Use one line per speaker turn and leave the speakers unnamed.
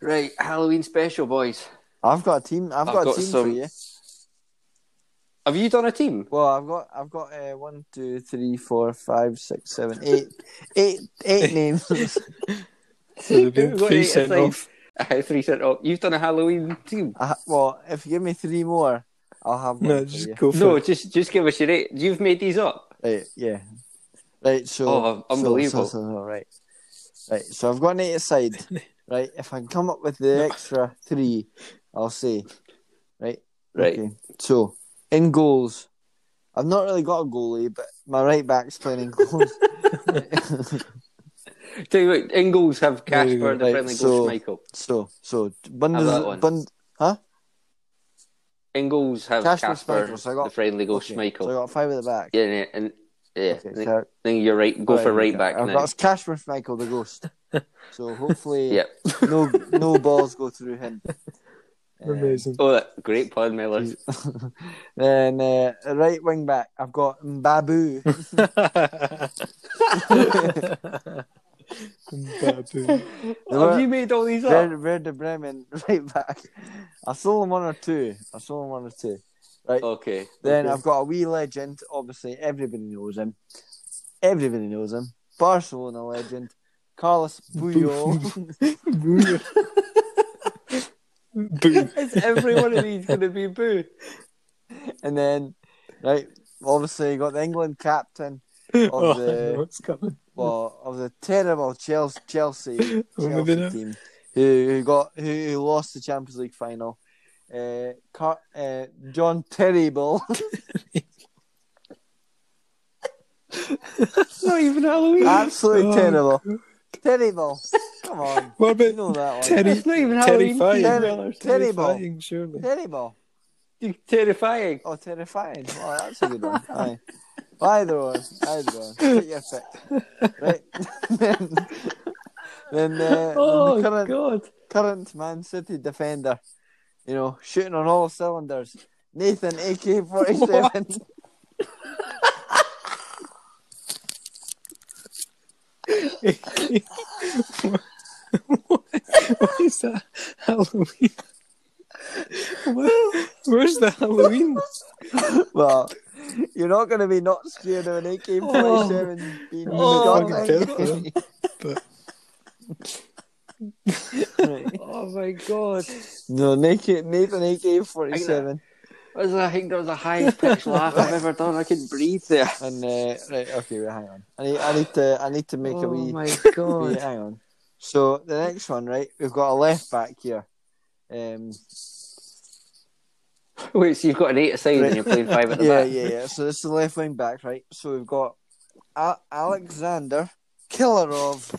Right, Halloween special, boys.
I've got a team. I've,
I've
got,
got
a team for
some-
you.
Have you done a team?
Well, I've got I've got uh, one, two, three, four, five, six, seven, eight, eight, eight names.
They've been
We've got
three
eight
sent
aside.
off.
Aye, Three set up. You've done a Halloween team.
I, ha- well, if you give me three more, I'll have one
No,
for
just
you.
go for
Oh, No,
it.
just just give us your eight. You've made these up.
Right, yeah. Right, so
Oh,
so- so-
unbelievable.
so- so, right. Right, so I've got an eight aside. right, if I can come up with the extra three, I'll say. Right.
Right.
Okay. So in goals. I've not really got a goalie, but my right back's playing in goals.
Tell you what, Ingalls have
There
cash
you go.
for the
Right,
friendly
so-
goals, Michael.
so so Bundes,
that one?
Bund,
Ingalls have
Cash
cash,
for
for
Schmeichel, so I got-
the friendly goals,
okay,
Michael.
So I got five at the back.
yeah, yeah, and yeah.
Okay,
I
so
think you're right. Go
Right,
for right
okay.
back
I've
now.
got Cashman Michael the Ghost. So hopefully,
Yeah.
no no balls go through him. Uh,
Amazing.
Oh, that- great pun, Miller.
Then uh, right wing back, I've got Mbabu.
Babu.
Have you made all these up?
Red, Red Bremen right back. I sold him one or two. I sold him one or two. Right.
Okay.
then
okay.
I've got a wee legend. Obviously, everybody knows him. Everybody knows him. Barcelona legend, Carlos Puyol.
Boo. Boo.
Is every one of these going to be boo?
and then, right, obviously, you got the England captain. Of
Oh,
the-
I know it's coming.
well, of the terrible Chelsea Chelsea,
Oh, my
Chelsea
goodness.
team who, who got who, who lost the Champions League final. Uh, Car- uh, John Terrible.
It's not even Halloween.
Absolutely
Oh,
terrible. Terrible. Come on.
What
You
about
know that one.
Terry-
It's not even Halloween.
terrifying?
Terry-
Miller.
terrible.
Terrifying, surely.
Terrible.
You're terrifying.
Oh, terrifying. Oh, that's a good one. Aye. Either one. Either one. Get your pick. Right. then, uh, then, uh,
Oh,
then the current,
God.
current Man City defender, you know, shooting on all cylinders. Nathan AK forty seven.
what what is that Halloween? Where- where's the Halloween?
well, you're not going to be not scared of an AK forty seven being
Oh,
shot.
fucking
at
terrible.
you.
But
Right.
Oh, my God.
no, Nathan AK forty seven,
That was- I think that was the highest pitched laugh I've ever done. I couldn't breathe there.
and uh, right, okay, wait, hang on. I need, I need to, I need to make a
oh,
wee.
my
wee-
God.
hang on. So the next one, right? We've got a left back here. Um,
Wait, so you've got an eight aside and you're playing five at the
yeah,
back?
yeah, yeah. So this is the left wing back, right? So we've got A- Alexander Killerov.